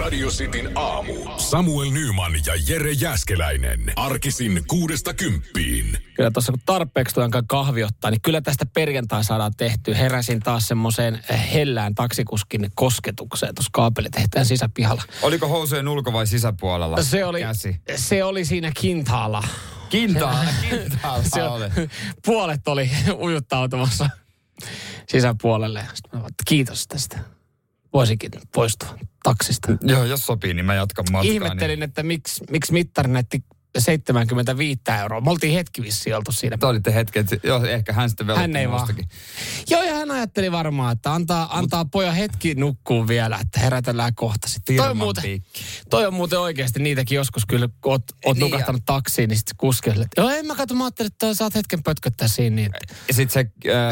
Radio Cityn aamu. Samuel Nyman ja Jere Jäskeläinen. Arkisin kuudesta kymppiin. Kyllä tuossa kun tarpeeksi tuonkaan kahvi ottaa, niin kyllä tästä perjantai saadaan tehtyä. Heräsin taas semmoiseen eh, hellään taksikuskin kosketukseen tuossa kaapelitehtaan sisäpihalla. Oliko housujen ulko- vai sisäpuolella Se oli, käsi? se oli siinä kintaalla. Kintaa, kintaa Se, oli. puolet oli ujuttautumassa sisäpuolelle. Sitten mä vaan, että kiitos tästä. Voisinkin poistua taksista. Joo, jos sopii, niin mä jatkan matkaa. Ihmettelin, niin. että miksi, miksi mittari näytti 75 euroa. Me oltiin hetki vissiin oltu siinä Niin. Te olitte hetken, että joo, ehkä hän sitten Hän ei velotti vaan. mustakin. Joo, ja hän ajatteli varmaan, että antaa, antaa poja hetki nukkuu vielä, että herätellään kohta sitten. Toi on, Firman muuten, piikki. toi on muuten oikeasti niitäkin joskus kyllä, kun oot, oot Niin, niin nukahtanut taksiin, niin sitten kuskelle, että joo, en mä katso, mä ajattelin, että saat hetken pötköttää siinä. Niin, että, Ja sit se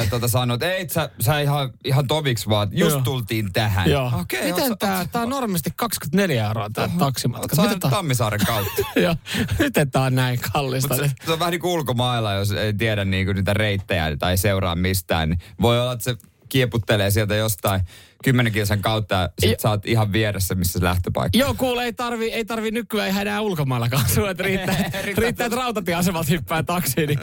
äh, tota, sanoi, että ei, sä, sä ihan, ihan toviks vaan, just Joo. tultiin tähän. joo. Okei, Miten oot- tää, tää on normaalisti 24 euroa tää oot taksimatka. sä Miten ajanut tää, Tammisaaren kautta. joo, miten tää on näin kallista? Mut se, se on vähän niin kuin ulkomailla, jos ei tiedä niin kuin niitä reittejä tai seuraa mistään. Niin voi olla, että se kieputtelee sieltä jostain kymmenen kilsan kautta ja Ja- sit sä oot ihan vieressä, missä se lähtöpaikka. Joo, kuule, ei tarvi, ei tarvi nykyään ihan enää ulkomaillakaan sua, että riittää, riittää että rautatieasemalta hyppää taksiin, niin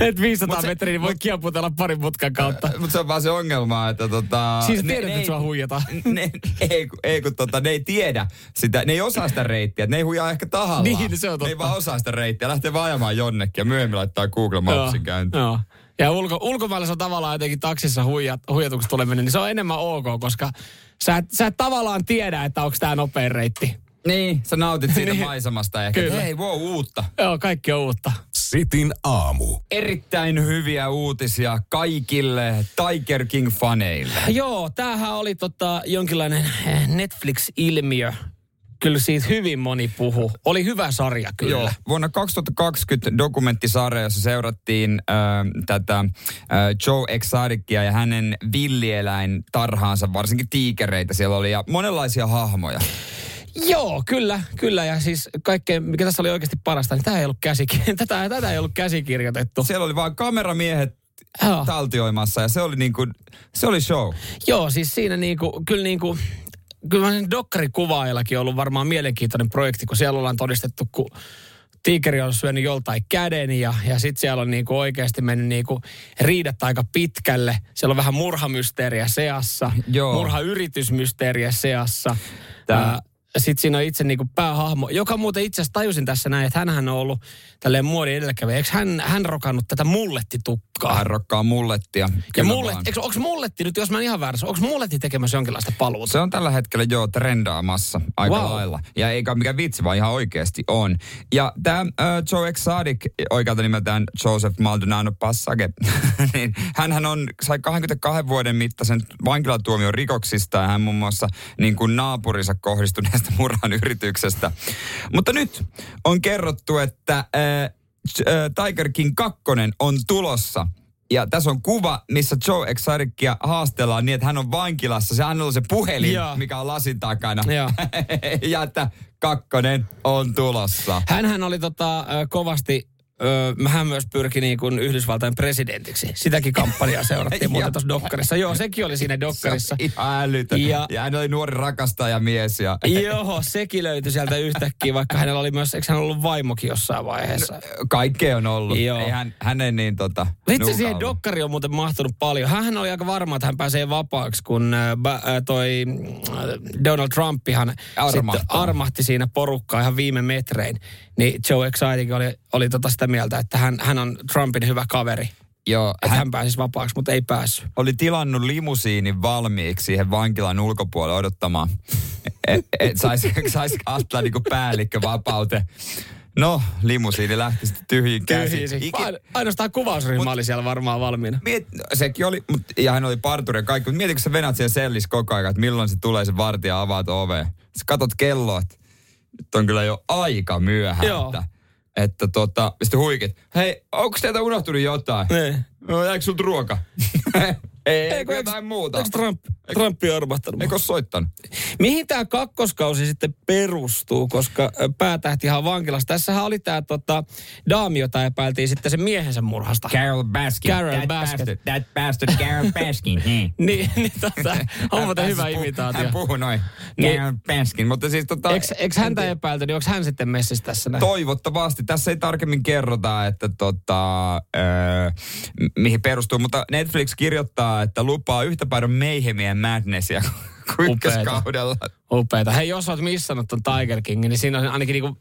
et 500 se- metriä, niin voi kieputella parin putkan kautta. Mutta se on vaan se ongelma, että tota... Siis ne- tiedät, ne että ei- sua huijataan. Ne, ei, kun- ei kun tota, ne ei tiedä sitä, ne ei osaa sitä reittiä, ne ei huijaa ehkä tahallaan. Niin, se on totta. Ne ei vaan osaa sitä reittiä, lähtee vaan ajamaan jonnekin ja myöhemmin laittaa Google Mapsin käyntiin. joo. Ja ulko, ulkomailla se on tavallaan jotenkin taksissa huijat, huijatuksi tuleminen, niin se on enemmän ok, koska sä et, sä et tavallaan tiedä, että onko tämä nopein reitti. Niin, sä nautit siitä Niin. maisemasta ehkä, Kyllä. hei, wow, uutta. Joo, kaikki on uutta. Sitin aamu. Erittäin hyviä uutisia kaikille Tiger King-faneille. Joo, tämähän oli tota, jonkinlainen eh, Netflix-ilmiö. Kyllä siitä hyvin moni puhu. Oli hyvä sarja kyllä. Joo. Vuonna 2020 dokumenttisarja, jossa seurattiin äh, tätä äh, Joe Exoticia ja hänen villieläintarhaansa, varsinkin tiikereitä siellä oli ja monenlaisia hahmoja. Joo, kyllä, kyllä. Ja siis kaikkea, mikä tässä oli oikeasti parasta, niin tämä ei ollut käsikirjoitettu. Tätä, tätä ei ollut käsikirjoitettu. Siellä oli vaan kameramiehet Joo. taltioimassa ja se oli niin kuin, se oli show. Joo, siis siinä niinku, kyllä niinku, kyllä sen dokkarikuvaajallakin on ollut varmaan mielenkiintoinen projekti, kun siellä ollaan todistettu, kun tiikeri on syönyt joltain käden ja, ja sitten siellä on niinku oikeasti mennyt niinku riidat aika pitkälle. Siellä on vähän murhamysteeriä seassa, Joo. murhayritysmysteeriä seassa. Tää- Sitten siinä on itse niinku päähahmo, joka muuten itse asiassa tajusin tässä näin, että hänhän on ollut tälleen muodin edelläkävijä. Eikö hän, hän rokannut tätä mullettitukkaa? Kaharrokkaa mullettia. Ja Kyllä mullet, vaan. eikö, onks mulletti nyt, jos mä en ihan väärässä, onko mulletti tekemässä jonkinlaista paluuta? Se on tällä hetkellä jo trendaamassa aika Wow. wow. lailla. Ja eikä mikä vitsi, vaan ihan oikeasti on. Ja tämä äh, Joe Exotic, oikealta nimeltään Joseph Maldonado Passage, niin hänhän on, sai 22 vuoden mittaisen vankilatuomion rikoksista ja hän muun muassa niin kuin naapurinsa kohdistuneesta murhan yrityksestä. Mutta nyt on kerrottu, että äh, J- äh, Tiger King 2 on tulossa. Ja tässä on kuva, missä Joe Exoticia haastellaan niin, että hän on vankilassa. Se hänellä on se puhelin, Joo. mikä on lasin takana. Joo. ja että kakkonen on tulossa. Hänhän oli tota, ö, kovasti, ö, hän myös pyrki niin kuin Yhdysvaltain presidentiksi. Sitäkin kampanjaa seurattiin muuten Joo. tuossa dokkarissa. Joo, sekin oli siinä dokkarissa. Se on ihan älytön. Ja- Ja, ja hän oli nuori rakastajamies. Ja... Joo, sekin löytyi sieltä yhtäkkiä, vaikka hänellä oli myös, eikö hän ollut vaimokin jossain No, vaiheessa? Kaikkea on ollut. Joo. Ei hän, hänen niin tota... Itse nuuka siihen ollut. dokkari on muuten mahtunut paljon. Hän oli aika varma, että hän pääsee vapaaksi, kun äh, ba- äh, toi äh, Donald Trumpihan Armahtaa. sitten armahti siinä porukkaa ihan viime metrein. Niin Joe Exotic oli, oli tota sitä mieltä, että hän, hän on Trumpin hyvä kaveri. Joo, Että hän, hän pääsisi vapaaksi, mutta ei päässyt. oli tilannut limusiinin valmiiksi siihen vankilan ulkopuolelle odottamaan, että et saisi sais Atla niinku päällikkö vapaute. No, limusiini lähti sitten tyhjiin käsiin. Tyhjisi. Ikin- Ain- Ainoastaan kuvausryhmä Mut- oli siellä varmaan valmiina. Miet, no, sekin oli, mut, ja hän oli parturi ja kaikki, mutta mietitkö sä venät siellä sellis koko ajan, että milloin se tulee se vartija avaat ove. Sä katot kelloa, että nyt on kyllä jo aika myöhään. Joo. Että, että tota, sitten huikit, hei, onko teiltä unohtunut jotain? Niin. No, jäikö sulta ruoka? ei, ei, ei jotain muuta. Eikö Trump, Trumpi armahtanut? Eikö ole soittanut? Mihin tämä kakkoskausi sitten perustuu, koska ö, päätähtihan on vankilassa. Tässähän oli tämä tota, daami, jota epäiltiin sitten sen miehensä murhasta. Carol Baskin. Carol that Baskin. Bastard, that bastard Carol Baskin. Hmm. niin, niin tota, on muuten hyvä Hän imitaatio. puhui noin. Niin. Carol Baskin, mutta siis tota... Eikö, eikö häntä epäilty, niin onko hän sitten messissä tässä näin? Toivottavasti. Tässä ei tarkemmin kerrota, että tota, öö, m- mihin perustuu, mutta Netflix kirjoittaa, että lupaa yhtä paljon meihemien madnessia kuin Upeeta. ykköskaudella. Upeeta. Hei, jos olet missannut ton Tiger Kingin, niin siinä on ainakin niinku,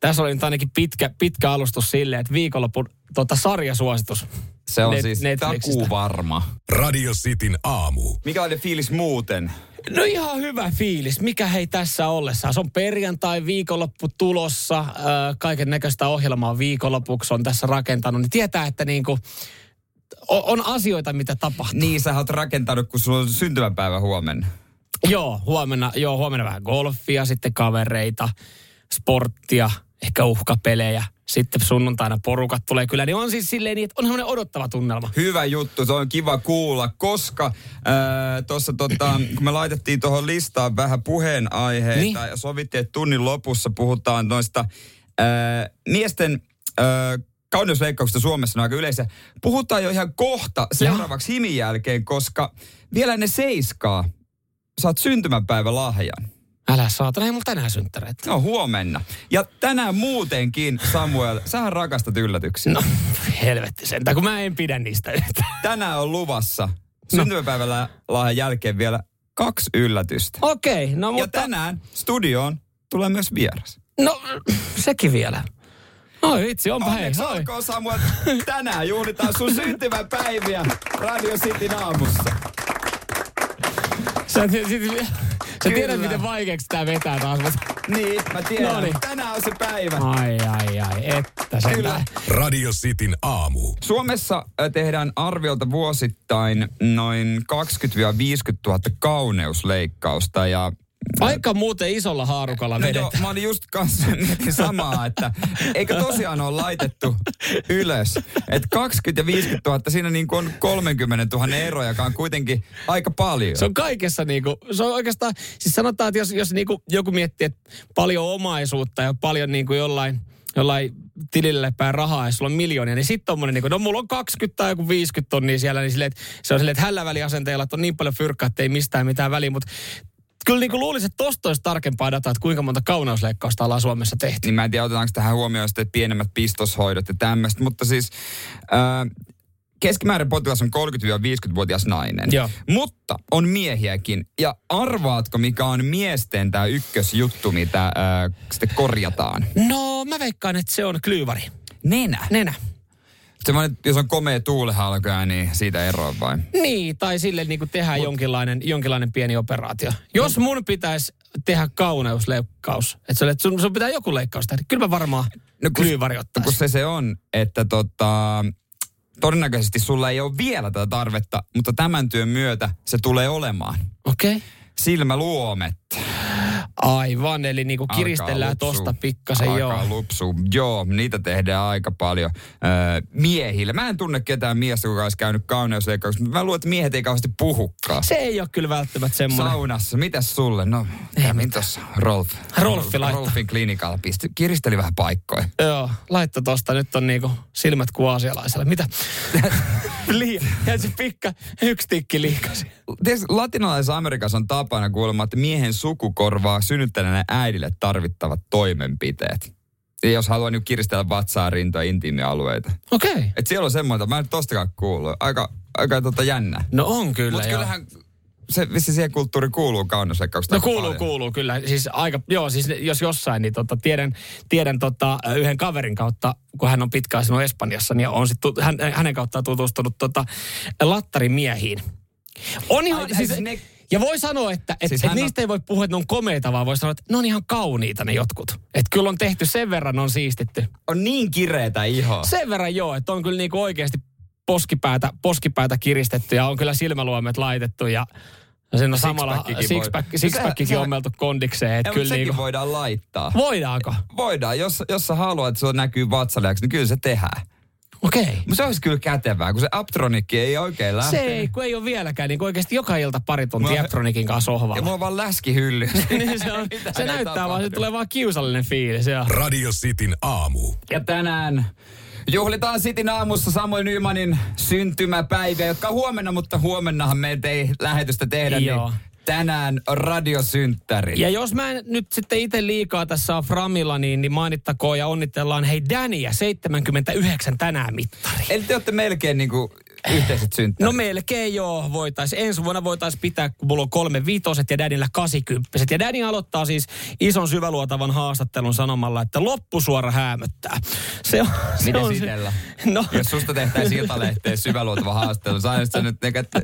tässä oli nyt ainakin pitkä, pitkä alustus sille, että viikonlopun tota, sarjasuositus. Se on Net- siis Netflixistä. takuu varma. Radio Cityn aamu. Mikä oli fiilis muuten? No ihan hyvä fiilis. Mikä hei tässä ollessaan? Se on perjantai, viikonloppu tulossa. Kaiken näköistä ohjelmaa viikonlopuksi on tässä rakentanut. Niin tietää, että niinku, o- on asioita, mitä tapahtuu. Niin, sä oot rakentanut, kun sulla on syntymäpäivä huomenna. Joo, huomenna, joo, huomenna vähän golfia, sitten kavereita, sporttia, ehkä uhkapelejä. Sitten sunnuntaina porukat tulee kyllä, niin on siis silleen niin, että on semmoinen odottava tunnelma. Hyvä juttu, se on kiva kuulla, koska ää, tuossa tota, kun me laitettiin tuohon listaan vähän puheenaiheita Niin. ja sovittiin, että tunnin lopussa puhutaan noista ää, miesten ää, kauneusleikkauksista Suomessa ne on aika yleisiä. Puhutaan jo ihan kohta seuraavaksi himin jälkeen, koska vielä ne seiskaa saat syntymäpäivälahjan. Älä saatana, ei mulla tänään synttäreitä. No huomenna. Ja tänään muutenkin, Samuel, sähän rakastat yllätyksiä. No, helvetti sentään, kun mä en pidä niistä yhtään. Tänään on luvassa No. syntymäpäivällä lahjan jälkeen vielä kaksi yllätystä. Okei, okay, no Ja mutta... tänään studioon tulee myös vieras. No, sekin vielä. No vitsi, onpa hei. Onneksi oi. olkoon Samuel. Tänään juhlitaan sun syntymäpäiviä Radio Cityn aamussa. Sä, sä, sä, sä Kyllä. tiedät, miten vaikeaksi tää vetää taas, mutta... Niin, mä tiedän. Noniin. Tänään on se päivä. Ai, ai, ai, että Kyllä. sentään. Radio Cityn aamu. Suomessa ö, tehdään arviolta vuosittain noin 20-50 000 kauneusleikkausta ja Aika muuten isolla haarukalla No vedetään. joo, mä olin just kanssa mietin samaa, että eikö tosiaan ole laitettu ylös. Että 20 ja 50 000, siinä niin kuin on 30 000 eroja, joka on kuitenkin aika paljon. Se on kaikessa niinku, se on oikeastaan, siis sanotaan, että jos, jos niinku joku miettii, että paljon omaisuutta ja paljon niinku jollain, jollain tilille päin rahaa ja sulla on miljoonia, niin sitten tommonen niinku, no mulla on 20 tai joku 50 tonnia siellä, niin silleen, että se on silleen, että hällä väliasenteella, että on niin paljon fyrkkaa, että ei mistään mitään väliä, mutta kyllä niinku luulisin, että tosta olisi tarkempaa dataa, että kuinka monta kauneusleikkausta ollaan Suomessa tehty. Niin mä en tiedä, otetaanko tähän huomioon sitten pienemmät pistoshoidot ja tämmöistä, mutta siis... Ää, Keskimäärin potilas on 30-50-vuotias nainen, Joo. mutta on miehiäkin. Ja arvaatko, mikä on miesten tämä ykkösjuttu, mitä ää, sitten korjataan? No, mä veikkaan, että se on klyyvari. Nenä. Nenä. Semmoinen, jos on komea tuulehalkoja, niin siitä eroa vai? Niin, tai sille niin kuin tehdään Mut, jonkinlainen, jonkinlainen pieni operaatio. Jos mun pitäisi tehdä kauneusleikkaus, että sulle- sun, sun pitää joku leikkaus tehdä, kyllä mä varmaan no, kun- klyyvari No kun ottaisin. se se on, että tota, todennäköisesti sulla ei ole vielä tätä tarvetta, mutta tämän työn myötä se tulee olemaan. Okei. Okay. Silmäluomet. Aivan, eli niin kuin alkaa kiristellään lupsua. tosta pikkasen, alkaa joo. Lupsua. Joo, niitä tehdään aika paljon öö, miehillä. Mä en tunne ketään miestä, joka olisi käynyt kauneusleikkauksessa, mutta mä luulen, että miehet ei kauheasti puhukaan. Se ei ole kyllä välttämättä semmoinen. Saunassa, mitäs sulle? No, kävin tossa Rolf. Rolfi laittaa. Rolfin klinikalla pisti, kiristeli vähän paikkoja. Joo, laitto tosta. Nyt on niinku silmät kuin aasialaisella. Mitä? Liian. Ja se pikka, yksi tikki liikasi. Tiedätkö, latinalaisessa Amerikassa on tapana kuulemma, että miehen suku korvaa synnyttäneenä äidille tarvittavat toimenpiteet. Ja jos haluaa nyt kiristellä vatsaa, rintoja, intiimialueita. Okei. Okay. Et siellä on semmoinen, mä en tostakaan kuullut. Aika, aika tota jännä. No on kyllä, Mutta joo. kyllähän se vissi siihen kulttuuri kuuluu kauneusleikkauksesta. No aika kuuluu, paljon. kuuluu kyllä. Siis aika, joo, siis jos jossain, niin tota, tiedän, tiedän tota, yhden kaverin kautta, kun hän on pitkään asunut Espanjassa, niin on sit, tu- hän, hänen kauttaan tutustunut tota, lattarimiehiin. On ihan, Ai, ai, siis, siis ne- ja voi sanoa, että et, Siis siis et hän on- niistä ei voi puhua, että ne on komeita, vaan voi sanoa, että ne on ihan kauniita ne jotkut. Että kyllä on tehty sen verran, on siistitty. On niin kireetä ihoa. Sen verran joo, että on kyllä niinku oikeasti poskipäätä, poskipäätä kiristetty ja on kyllä silmäluomet laitettu ja sen on samalla Sixpackikin voi. sixpack, No sixpackikin sehän- on meltu kondikseen. Että Ei, mutta kyllä sekin niinku, voidaan laittaa. Voidaanko? Voidaan, jos, jos sä haluat, että se näkyy vatsaliaksi, niin kyllä se tehdään. Okei. Okay. Mutta se olisi kyllä kätevää, kun se Aptronikki ei oikein lähde. Se ei, kun ei ole vieläkään, niin oikeasti joka ilta pari tuntia Mä- Aptronikin kanssa sohvalla. Ja mulla on vaan läskihylly. Niin se, on, Mitä se ei näyttää vaan, tapahdu? se tulee vaan kiusallinen fiilis. Ja. Radio Cityn aamu. Ja tänään juhlitaan Sitin aamussa Samuel Nymanin syntymäpäivä, jotka on huomenna, mutta huomennahan me ei lähetystä tehdä. Joo. Niin tänään radiosynttäri. ja jos mä en nyt sitten itse liikaa tässä on Framilla, niin, niin mainittakoon ja onnitellaan hei Däniä 79 tänään mittari. Eli te olette melkein niinku yhteiset synttärit. No melkein joo, voitais. Ensi vuonna voitaisiin pitää, kun mulla on kolme viitoset ja Dänillä kasikymppiset. Ja Däni aloittaa siis ison syväluotavan haastattelun sanomalla, että loppusuora häämöttää. Se on, se Miten on Sitellä? No, Jos susta tehtäisiin iltalehteen syväluotava haastattelu, sä sä nyt, että,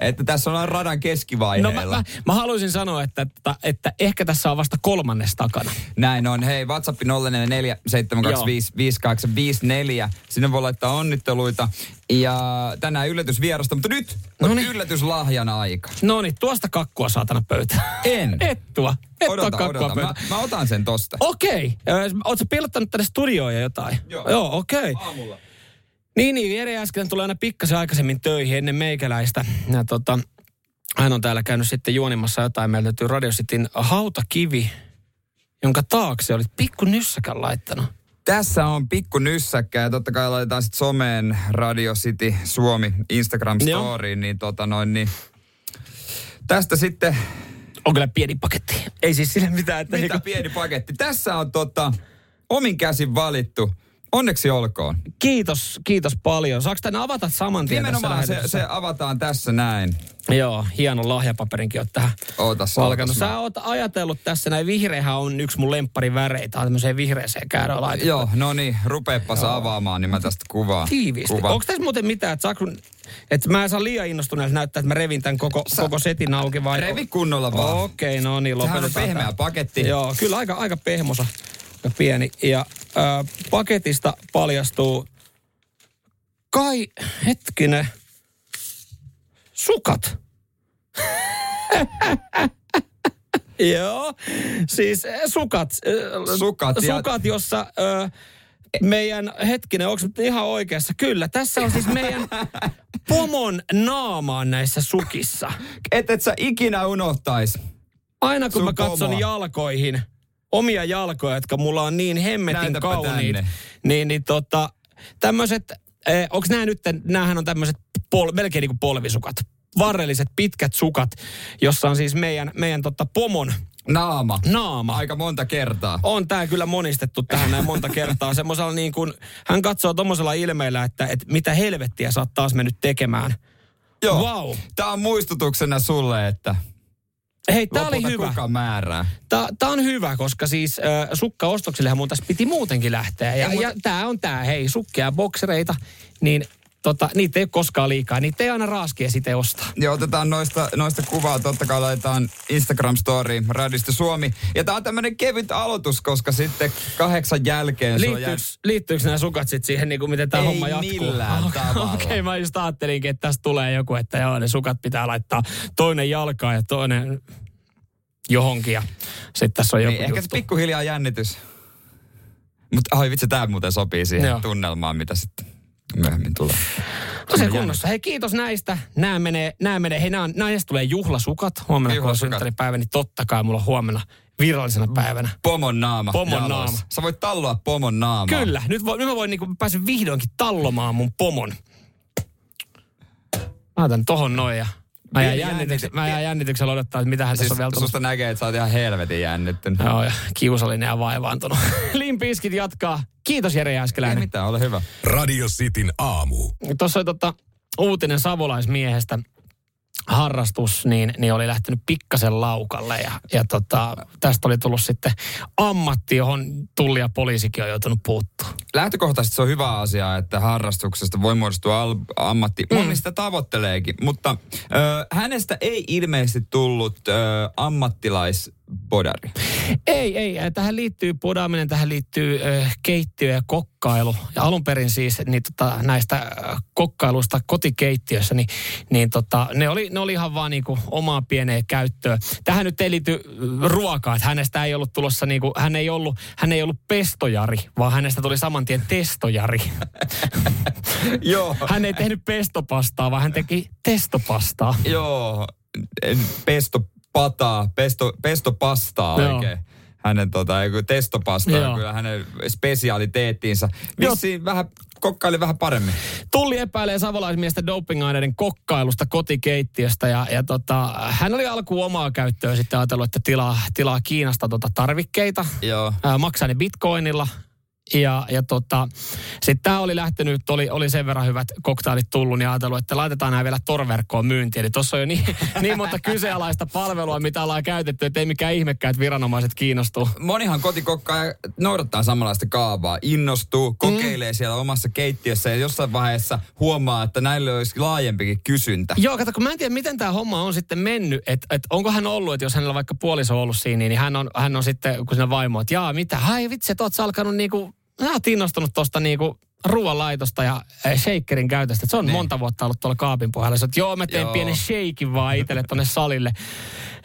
että tässä ollaan radan no keskivaiheella. mä, mä, mä, haluaisin sanoa, että, että, että, ehkä tässä on vasta kolmannes takana. Näin on. Hei, WhatsApp 044 725 5854. Sinne voi laittaa onnitteluita. Ja tänään yllätysvierasta, mutta nyt on Noniin. yllätyslahjan aika. No niin, tuosta kakkua saatana pöytään. En. Et tuo. Et tuo Odota, kakkua odota. Mä, pöytään. mä otan sen tosta. Okei. Okay. Oletko piilottanut tänne studioon ja jotain? Joo. Joo okei. Okay. Aamulla. Niin, niin. Jere äsken tulee aina pikkasen aikaisemmin töihin ennen meikäläistä. Ja tota, hän on täällä käynyt sitten juonimassa jotain. Meillä löytyy Radio Cityn hautakivi, jonka taakse olit pikku nyssäkän laittanut. Tässä on pikku nyssäkkää. Totta kai laitetaan sitten someen Radio City Suomi Instagram Joo. storyin, niin tota noin, niin tästä sitten On kyllä pieni paketti. Ei siis sille mitään, että... Mitä pieni paketti. Tässä on tota, omin käsin valittu. Onneksi olkoon. Kiitos, kiitos paljon. Saanko tänne avata saman tien tässä Nimenomaan se, lähetyksessä? se avataan tässä näin. Joo, hieno lahjapaperinkin on tähän Ootas, valkannut. ootas mä. Sä oot ajatellut tässä, näin vihreähän on yksi mun lempparin väreitä, on tämmöiseen vihreäseen käyrään laitettu. Joo, no niin, rupeepas avaamaan, niin mä tästä kuvaan. Tiiviisti. Kuvan. Onko tässä muuten mitään, että saako, että mä en saa liian innostuneelta näyttää, että mä revin tämän koko, koko setin auki vai? Revi kunnolla vaan. Oh, Okei, no niin, Tähän lopetetaan. on pehmeä tää. paketti. Joo, kyllä aika, aika pehmosa ja pieni. Ja ää, paketista paljastuu kai, hetkinen, sukat. Joo, siis ä, sukat. ä, Sukat ja- Sukat, jossa ä, meidän, hetkinen, onko ihan oikeassa? Kyllä, tässä on siis meidän pomon naamaan näissä sukissa Et, et sä ikinä unohtais. aina kun Sun mä katson pomoa. jalkoihin, omia jalkoja, jotka mulla on niin hemmetin Näytäpä kauniit, tänne. niin, niin tota, tämmöiset, eh, onks nää nyt, näähän on tämmöiset pol, melkein niinku polvisukat, varrelliset pitkät sukat, jossa on siis meidän, meidän tota pomon Naama. naama. Aika monta kertaa. On tää kyllä monistettu tähän näin monta kertaa. Semmoisella niin kuin, hän katsoo tommosella ilmeellä, että, että mitä helvettiä sä oot taas mennyt tekemään. Joo. Vau. Tää on muistutuksena sulle, että Hei, tää oli lopulta hyvä. kuka määrää. Tämä on hyvä, koska siis äh, sukkaostoksillehan mun tässä piti muutenkin lähteä. Ja, ja tämä on tämä, hei, sukkia ja boksereita, niin tota, niitä ei ole koskaan liikaa. Niitä ei aina raaskia sitten ostaa. Ja otetaan noista, noista kuvaa, totta kai laitetaan instagram story Radista Suomi. Ja tää on tämmönen kevyt aloitus, koska sitten kahdeksan jälkeen se on jää... Liittyykö, liittyykö nämä sukat sitten siihen, niin kuin miten tämä Ei homma jatkuu? millään Okei, tavalla. Okei, okay, mä just ajattelinkin, että tässä tulee joku, että joo, ne sukat pitää laittaa toinen jalkaan ja toinen johonkin. Ja sitten tässä on joku Niin, ehkä se juttu. pikkuhiljaa jännitys. Mutta ai vitsi, tämä muuten sopii siihen Joo. Joo. tunnelmaan, mitä sitten myöhemmin tulee. No se kunnossa. Hei, kiitos näistä. Nämä menee, nämä menee. Hei, nämä, nämä tulee juhlasukat huomenna, kun on Juhlasukat. synttäripäivä, niin totta kai mulla on huomenna virallisena Mm. päivänä. Pomon naama. Pomon jaloissa. naama. Sä voit talloa pomon naamaa. Kyllä, nyt, voi, nyt mä voin niin kuin, pääsen vihdoinkin tallomaan mun pomon. Mä otan tohon noin ja mä jään, Pieni jännityksen, jännite- mä jään jännityksellä odottaa, että mitähän Siis tässä on vielä tullut. susta näkee, että sä oot ihan helvetin jännittynyt. Joo, ja kiusallinen ja vaivaantunut. Limpiskit jatkaa. Kiitos Jere Ei Jääskeläinen. mitään, ole hyvä. Radio Cityn aamu. Tuossa oli tota, uutinen savolaismiehestä harrastus, niin, niin oli lähtenyt pikkasen laukalle ja, ja tota, tästä oli tullut sitten ammatti, johon tulli ja poliisikin on joutunut puuttua. Lähtökohtaisesti se on hyvä asia, että harrastuksesta voi muodostua al- ammatti. Mm. Moni sitä tavoitteleekin, mutta ö, hänestä ei ilmeisesti tullut ö, ammattilaisbodari. Ei, ei. äh, Tähän liittyy podaaminen, tähän liittyy äh, keittiö ja kokkailu. Ja alun perin siis niin, tota, näistä äh, kokkailusta kotikeittiössä, niin, niin tota, ne, oli, ne oli ihan vaan niinku omaa pieneen käyttöön. Tähän nyt ei liity äh, ruokaa, että hänestä ei ollut tulossa, niinku, hän, ei ollut, hän ei ollut pestojari, vaan hänestä tuli saman tien testojari. Joo. Hän ei tehnyt pestopastaa, vaan hän teki testopastaa. Joo, en- pesto pataa, pesto, pesto pastaa Joo. oikein. Hänen tota, ei, kun testopasta Joo. on kyllä hänen spesiaaliteettiinsä. Joo. Vissiin vähän, kokkaili vähän paremmin. Tulli epäilee savolaismiestä dopingaineiden kokkailusta kotikeittiöstä ja, ja tota, hän oli alkuun omaa käyttöön sitten ajatellut, että tilaa, tilaa Kiinasta tota tarvikkeita, Joo. ää, maksaa ne bitcoinilla. Ja, ja tota, sitten tämä oli lähtenyt, oli, oli sen verran hyvät koktailit tullut, niin ajatellut, että laitetaan nämä vielä torverkkoon myyntiin. Eli tuossa on jo niin, niin monta kyseenalaista palvelua, mitä ollaan käytetty, että ei mikään ihmekään, että viranomaiset kiinnostuu. Monihan kotikokka noudattaa samanlaista kaavaa, innostuu, kokeilee Mm. siellä omassa keittiössä ja jossain vaiheessa huomaa, että näille olisi laajempikin kysyntä. Joo, kato, kun mä en tiedä, miten tämä homma on sitten mennyt, että et onko hän ollut, että jos hänellä vaikka puoliso on ollut siinä, niin hän on, hän on sitten, kun sinä vaimo, että jaa, mitä, hai vitsi, että oot sä alkanut niinku, sä oot innostunut tuosta niinku ruoanlaitosta ja eh, shakerin käytöstä. Et Se on niin. monta vuotta ollut tuolla kaapin pohjalla. Sä oot, joo, mä teen Joo. joo. pienen shakein vaan itselle tonne salille.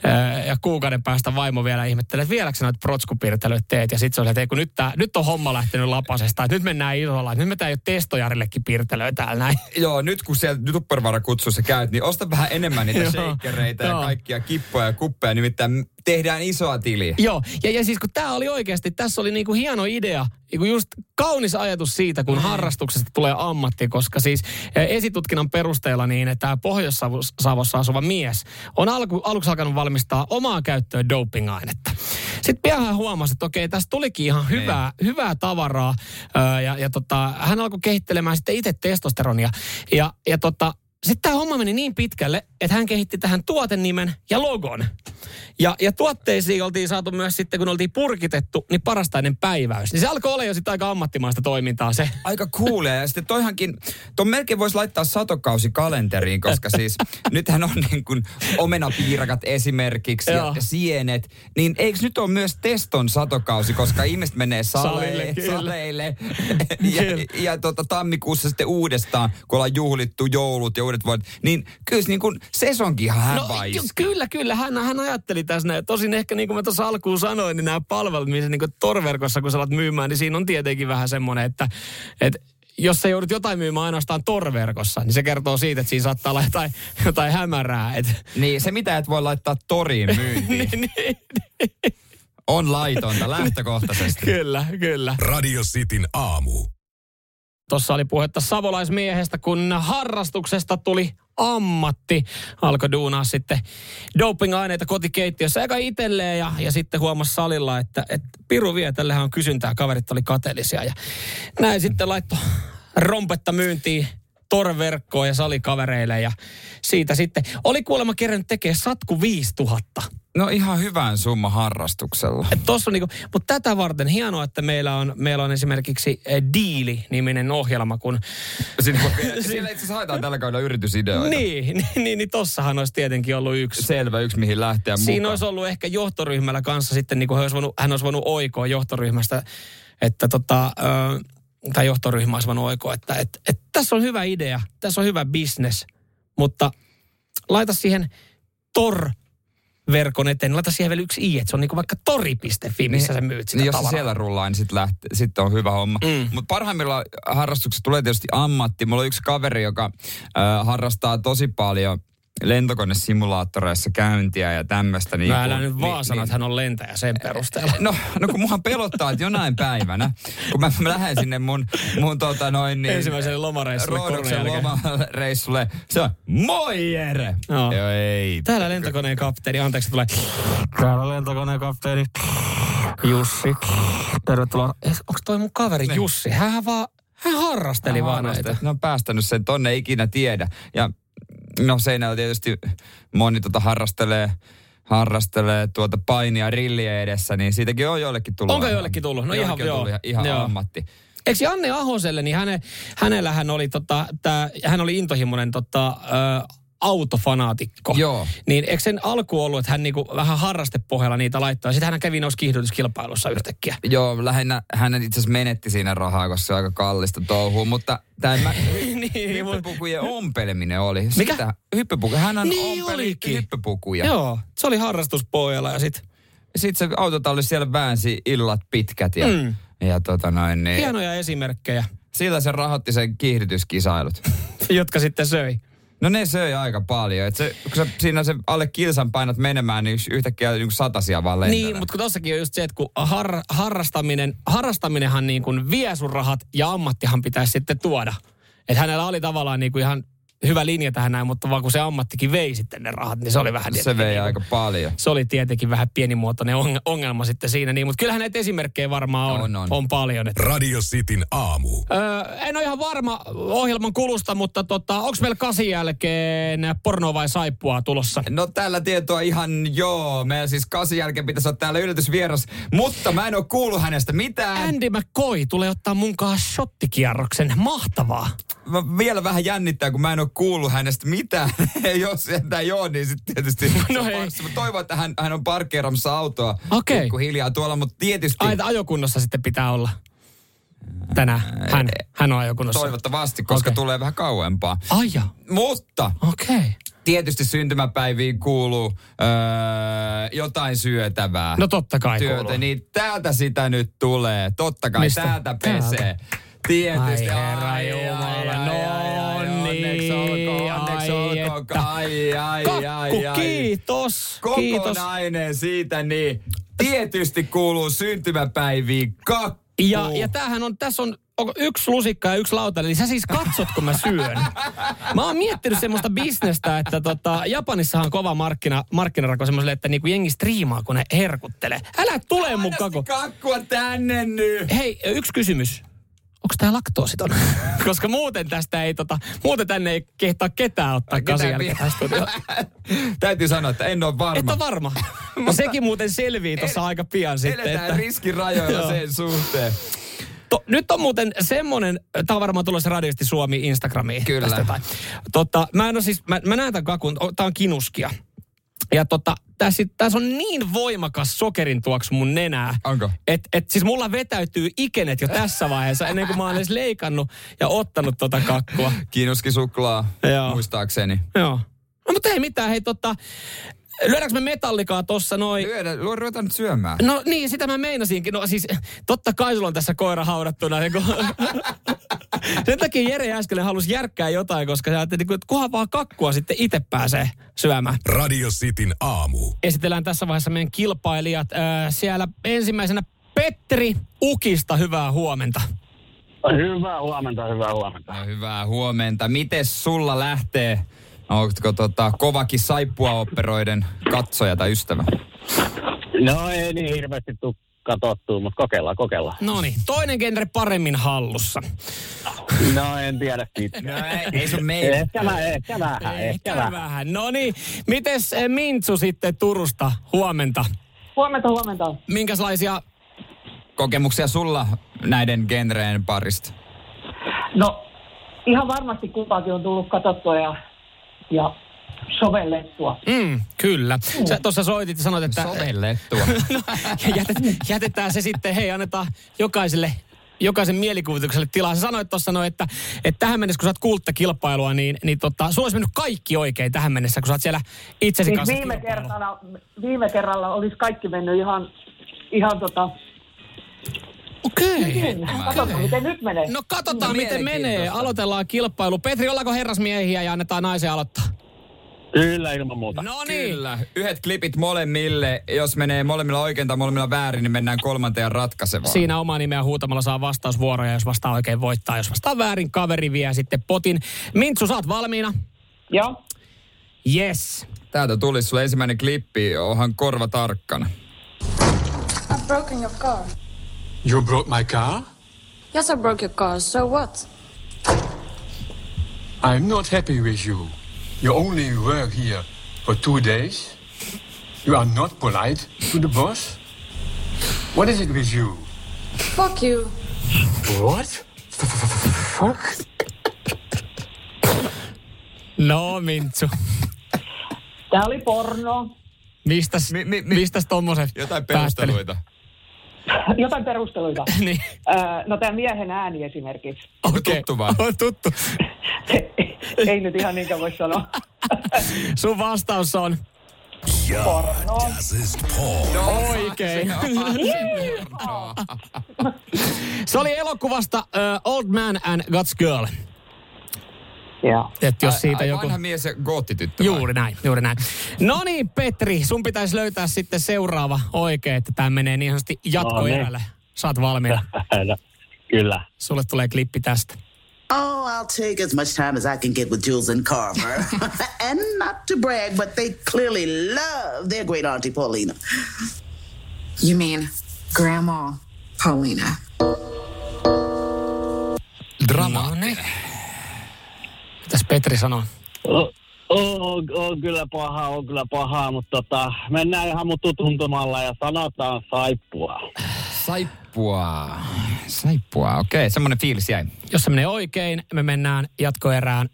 Ö, Ja kuukauden päästä vaimo vielä ihmettelee, että vieläkö sä noita protskupirtelöitä teet. Ja sitten se on se, että ei, kun nyt, tää, nyt on homma lähtenyt lapasesta, että nyt mennään isolla, että nyt me tää ei ole testojarillekin pirtelöä täällä näin. Joo, nyt kun siellä Tupperware-kutsussa käyt, niin osta vähän enemmän niitä Joo. shakereita ja Joo. kaikkia kippoja ja kuppeja, nimittäin tehdään isoa tiliä. Joo, ja, ja siis kun tämä oli oikeasti, tässä oli niinku hieno idea, niinku just kaunis ajatus siitä, kun harrastuksesta tulee ammatti, koska siis eh, esitutkinnan perusteella niin, että tämä Pohjois-Savossa asuva mies on alku, aluksi alkanut valmistaa omaa käyttöön dopingainetta. Sitten pian hän huomasi, että okei, tässä tulikin ihan hyvää, hyvää tavaraa, ö, ja, ja tota, hän alkoi kehittelemään sitten itse testosteronia, ja, ja tota, sitten tämä homma meni niin pitkälle, että hän kehitti tähän tuotenimen ja logon. Ja, ja tuotteisiin oltiin saatu myös sitten, kun oltiin purkitettu, niin parastainen päiväys. Niin se alkoi olla jo sitten aika ammattimaista toimintaa se. aika coolia. Ja sitten toihankin, ton melkein voisi laittaa satokausi kalenteriin, koska siis nythän on niin kuin omenapiirakat esimerkiksi ja Joo. sienet. Niin eikö nyt ole myös teston satokausi, koska ihmiset menee saleille, Saleille, kyllä. saleille ja, Kyllä. ja tota, tammikuussa sitten uudestaan, kun ollaan juhlittu joulut ja uudet vuodet. Niin kyllä se niin kuin sesonkinhan hän No, vai. ky- kyllä, kyllä. Hän, hän ajatteli tässä näin. Tosin ehkä niin kuin mä tuossa alkuun sanoin, niin nämä palvelut, missä niin kuin torverkossa kun sä alat myymään, niin siinä on tietenkin vähän semmoinen, että, että jos sä joudut jotain myymään ainoastaan torverkossa, niin se kertoo siitä, että siinä saattaa olla jotain, jotain hämärää. Että, Niin se mitä et voi laittaa toriin myyntiin Niin, on laitonta lähtökohtaisesti. kyllä, kyllä. Radio Cityn aamu. Tuossa oli puhetta savolaismiehestä, kun harrastuksesta tuli ammatti. Alkoi duunaa sitten dopingaineita kotikeittiössä, eka itselleen ja, ja sitten huomasi salilla, että, että piru vie, tällähän on kysyntää, kaverit oli kateellisia. Ja näin sitten laittoi rompetta myyntiin torverkkoon ja salikavereille ja siitä sitten. Oli kuulemma kerännyt tekee satku 5000. No ihan hyvän summa harrastuksella. Et tossa on niinku, mutta tätä varten hienoa, että meillä on, meillä on esimerkiksi eh, Diili-niminen ohjelma, kun Siinä, voi vielä- siellä itse asiassa haetaan tällä kaudella yritysideoita. Niin, niin, niin, niin tossahan olisi tietenkin ollut yksi. Selvä yksi, mihin lähteä Siinä mukaan. olisi ollut ehkä johtoryhmällä kanssa sitten, niin kuin hän, olisi voinut, hän olisi voinut oikoa johtoryhmästä, että tota, ö, tai johtoryhmä olisi voinut oikoa, että et, et, tässä on hyvä idea, tässä on hyvä bisnes, mutta laita siihen tor verkon eteen, niin laita siihen vielä yksi i, että se on niin kuin vaikka tori.fi, missä sä myyt sitä niin, jos se tavaraa. siellä rullaa, niin sitten lähtee, sit on hyvä homma. Mm. Mutta parhaimmillaan harrastuksessa tulee tietysti ammatti. Mulla on yksi kaveri, joka äh, harrastaa tosi paljon lentokonesimulaattoreissa käyntiä ja tämmöistä. Niin No älä nyt vaan sano, että hän on lentäjä sen perusteella. No, no kun muhan pelottaa, että jonain päivänä, kun mä, mä lähden sinne mun, mun tota noin niin... Ensimmäiselle lomareissulle koronan Roodoksen jälkeen. lomareissulle. Se on, moi Jere! Joo. Joo, ei. Täällä lentokoneen kapteeni, anteeksi tulee. Täällä lentokoneen kapteeni. Jussi. Tervetuloa. Onko toi mun kaveri Jussi? Hän vaan, hän harrasteli vaan näitä. no Ne on päästänyt sen tonne, ei ikinä tiedä. Ja no seinällä tietysti moni tota harrastelee, harrastelee tuota painia rilliä edessä, niin siitäkin on joillekin tullut. Onko ihan- joillekin tullut? No joillekin ihan on tullut joo. Ihan, ihan Joo. ammatti. Eikö Janne Ahoselle, niin häne, hänellä hän oli, tota, tää, hän oli intohimoinen tota, ö, autofanaatikko. Joo. Niin eikö sen alku ollut, että hän niinku vähän harrastepohjalla niitä laittaa. Sitten hän kävi noissa kiihdytyskilpailussa yhtäkkiä. Joo, lähinnä hänen itse asiassa menetti siinä rahaa, koska se on aika kallista touhua, mutta tämä mä, niin, mut- hyppypukujen ompeleminen oli. Mikä? Sitä, hyppypuku, hän on Niin olikin. hyppypukuja. Joo, se oli harrastuspohjalla ja sitten Sitten se autotalli siellä väänsi illat pitkät ja, mm. ja tota noin, niin, hienoja esimerkkejä. Sillä se rahoitti sen kiihdytyskisailut. jotka sitten söi. No ne söi aika paljon. Et se, kun sä siinä se alle kilsan painat menemään, niin yhtäkkiä niin satasia vaan lentelee. Niin, mutta kun tossakin on just se, että kun har, harrastaminen, harrastaminenhan niin kuin vie sun rahat ja ammattihan pitäisi sitten tuoda. Että hänellä oli tavallaan niin kuin ihan hyvä linja tähän näin, mutta vaan kun se ammattikin vei sitten ne rahat, niin se oli vähän... se tietenkin vei niin kuin- aika paljon. Se oli tietenkin vähän pienimuotoinen on- ongelma sitten siinä, niin, mutta kyllähän näitä esimerkkejä varmaan on, On, on. on paljon. Että. Radio Cityn aamu. Öö, en ole ihan varma ohjelman kulusta, mutta tota, onko meillä kasin jälkeen porno vai saippua tulossa? No tällä tietoa ihan joo. Meillä siis kasin jälkeen pitäisi olla täällä yllätysvieras, mutta mä en oo kuullut hänestä mitään. Andy McCoy tulee ottaa munkaan shottikierroksen. Mahtavaa. Mä vielä vähän jännittää, kun mä en oo kuullut hänestä mitään. Jos sieltä ei oo, niin sitten tietysti... No ei. Mä toivon, että hän, hän on parkkeeramassa autoa Okei. hiljaa tuolla, mutta tietysti... Aita ajokunnossa sitten pitää olla. Tänään hän, hän on ajokunnossa. Toivottavasti, koska Okei. okay. tulee vähän kauempaa. Ai ja, Mutta okei. Okay. tietysti syntymäpäiviin kuuluu öö, jotain syötävää. No totta kai työtä, kuuluu. niin täältä sitä nyt tulee. Totta kai Mistä? täältä pesee. Tietysti. Ai herra jumala, no Onneksi niin, olkoon, onneksi ai olkoon. että. Ai, ai, ai, Kakku, ai. kiitos. Kiitos. Kokonainen siitä, niin tietysti kuuluu syntymäpäiviin kakku. Ja, ja tämähän on, tässä on onko yksi lusikka ja yksi lauta, eli sä siis katsot, kun mä syön. Mä oon miettinyt semmoista bisnestä, että tota, Japanissahan on kova markkina, markkinarako semmoiselle, että niinku jengi striimaa, kun ne herkuttelee. Älä tule mun kako. kakkua tänne nyt. Hei, yksi kysymys. Onko tää laktoositon? Koska muuten tästä ei tota, muuten tänne ei kehtaa ketään ottaa Ketään kasin jälkeen vielä. tähän studioon. Täytyy sanoa, että en ole varma. Et ole varma. No sekin muuten selvii tuossa aika pian sitten. Eletään riskirajoilla Joo. sen suhteen. To, nyt on muuten semmonen, tää on varmaan tulossa radiosti Suomi Instagramiin. Kyllä. tästä jotain. Tota, mä, en oo siis, mä, mä näen tämän kakun, o, tää on kinuskia. Ja tota, tässä täs on niin voimakas sokerin tuoksu mun nenää. Onko? Et, et siis mulla vetäytyy ikenet jo tässä vaiheessa, ennen kuin mä oon edes leikannut ja ottanut tota kakkua. Kiinuski suklaa, Joo. muistaakseni. Joo. No mutta ei mitään, hei tota, lyödäänkö me metallikaa tossa noin? Lyödä, lu- ruvetaan nyt syömään. No niin, sitä mä meinasinkin. No siis, totta kai sulla on tässä koira haudattuna. Ja kun- Sen takia Jere äsken halusi järkkää jotain, koska sä ajattelit, että kunhan vaan kakkua sitten itse pääsee syömään. Radio Cityn aamu. Esitellään tässä vaiheessa meidän kilpailijat. Äh, Siellä ensimmäisenä Petri Ukista, hyvää huomenta. Hyvää huomenta, hyvää huomenta. No, hyvää huomenta. Mites sulla lähtee? Onko tota, kovakin saippua operoiden katsoja tai ystävä? No ei niin hirveästi tuu katsottua, mutta kokeillaan, kokeillaan. No niin, toinen genre paremmin hallussa. No en tiedä siitä. ei, ei sun Ehkä vähän, ehkä vähän, Äh, ehkä vähän. vähän. No niin, mites eh, Mintsu sitten Turusta? Huomenta. Huomenta, huomenta. Minkälaisia Kokemuksia sulla näiden genreen parista? No, ihan varmasti kumpaakin on tullut katsottua ja, ja sovellettua. Mm, kyllä. Uh. Sä tuossa soitit ja sanoit, että... Sovellettua. No, ja jätet, jätetään se sitten, hei, annetaan jokaiselle jokaisen mielikuvitukselle tilaa. Sä sanoit tuossa no, että, että tähän mennessä, kun sä oot kuulutta kilpailua, niin, niin tota, sulla olisi mennyt kaikki oikein tähän mennessä, kun sä oot siellä itsesi Siis kanssa viime, kilpailu. kertana, viime kerralla olisi kaikki mennyt ihan, ihan tota, Okei. Niin. katsotaan miten nyt menee. No katsotaan, No, miten menee. mielenkiintoista. Aloitellaan kilpailu. Petri, ollaanko herrasmiehiä ja annetaan naisen aloittaa? Kyllä ilman muuta. No niin. Kyllä. Yhdet klipit molemmille. Jos menee molemmilla oikein tai molemmilla väärin, niin mennään kolmanteen ratkaisevaan. Siinä omaa nimeä huutamalla saa vastausvuoroja, jos vastaa oikein voittaa. Jos vastaa väärin, kaveri vie sitten potin. Mintsu, sä oot valmiina? Joo. Yes. Täältä tuli sulle ensimmäinen klippi. Onhan korva tarkkana. I've broken your car. You broke my car? Yes, I broke your car. So what? I'm not happy with you. You only work here for two days. You are not polite to the boss. What is it with you? Fuck you. What? Fuck. No, Mintsu. Tää oli porno. Mistäs, mi, Mi- mi, mi- mi, mi- mistäs tommoset Jotain päästeli? perusteluita. Jotain perusteluita. niin, Öö, no tämä miehen ääni esimerkiksi. okei. Tuttu vaan. On tuttu. Ei nyt ihan niinkään voi sanoa. Sun vastaus on Ja, das ist Paul. oikein. sanoa. Se oli elokuvasta uh, Old Man and God's Girl. Joo. Et jos Ai- siitä ai, joku... Vanha mies ja goottityttö. vai? Juuri näin, juuri näin. No niin, Petri, sun pitäisi löytää sitten seuraava oikein, että tämä menee niin sanotusti jatkoerälle. Saat valmiina. no, kyllä. Sulle tulee klippi tästä. Oh, I'll take as much time as I can get with Jules and Carver. and not to brag, but they clearly love their great auntie Paulina. You mean Grandma Paulina? Dramaattinen. No niin. Mitäs Petri sanoo? O- On, on, kyllä paha, on kyllä paha, mutta tota, mennään ihan muttu tuntumalla ja sanotaan saippua. Saippua. Saippua, okei. Okay. Semmoinen fiilis jäi. Jos se menee oikein, me mennään jatkoerään.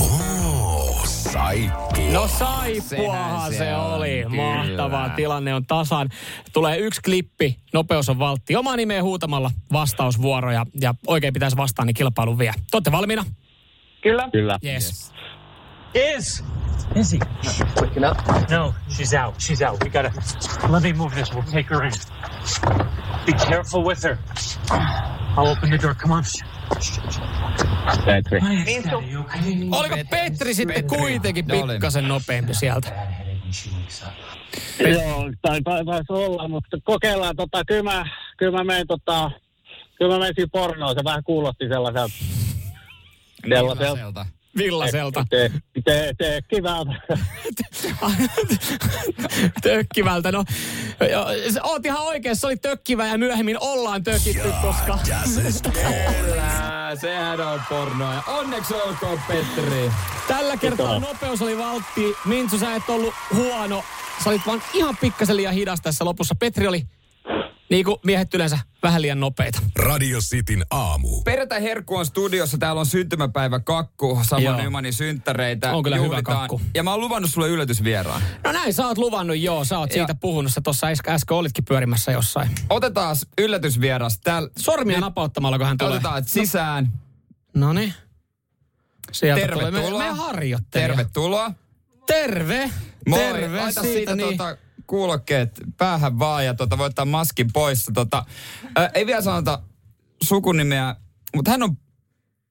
Oh, saippu. No saippuahan se, Sehän se se on, oli. kyllä. Mahtavaa. Tilanne on tasan. Tulee yksi klippi. Nopeus on valtti. Oma nimeä huutamalla vastausvuoroja. Ja oikein pitäisi vastaan, niin kilpailu vie. Te valmiina? Kyllä. Kyllä. Yes. Is! Is he? Waking up? No, she's out. She's out. We gotta. Let me move this. We'll take her in. Be careful with her. I'll open the door. Come on. Petri. Why is Daddy okay? Oliko Petri sitten kuitenkin No olin. pikkasen nopeampi sieltä? Joo, tai tai- taisi olla, mutta kokeillaan tota, kyllä mä, kyllä mä menen tota, kyllä mä menisin pornoon, se vähän kuulosti sellaiselta. Millaiselta? Villaselta. Te, te, te, kivältä. Tökkivältä, no. joo, sä Oot ihan oikeassa, se oli tökkivä ja myöhemmin ollaan tökitty, koska... Kyllä, sehän on pornoa. Onneksi olkoon, Petri. Tällä kertaa nopeus oli valtti. Mintsu, sä et ollut huono. Sä olit vaan ihan pikkasen liian hidas tässä lopussa. Petri oli, niin kuin miehet yleensä, vähän liian nopeita. Radio Cityn aamu. Perjantai Herkku on studiossa. Täällä on syntymäpäivä kakku. Samuel Joo. Nymanin synttäreitä. On kyllä hyvä kakku. Ja mä oon luvannut sulle yllätysvieraan. No näin, sä oot luvannut, joo. Sä oot siitä puhunut. Sä tuossa äsken, äsken olitkin pyörimässä jossain. Otetaan yllätysvieras. Täällä Sormia napauttamalla, kun hän tulee. otetaan sisään. No niin. Sieltä Tervetuloa. tulee. Me, me harjoittelija. Tervetuloa. Terve. Moi. Terve. Laita siitä, siitä, niin. tuota, kuulokkeet päähän vaan ja tuota, voi ottaa maskin pois. Tuota, ää, ei vielä sanota sukunimeä, mutta hän on,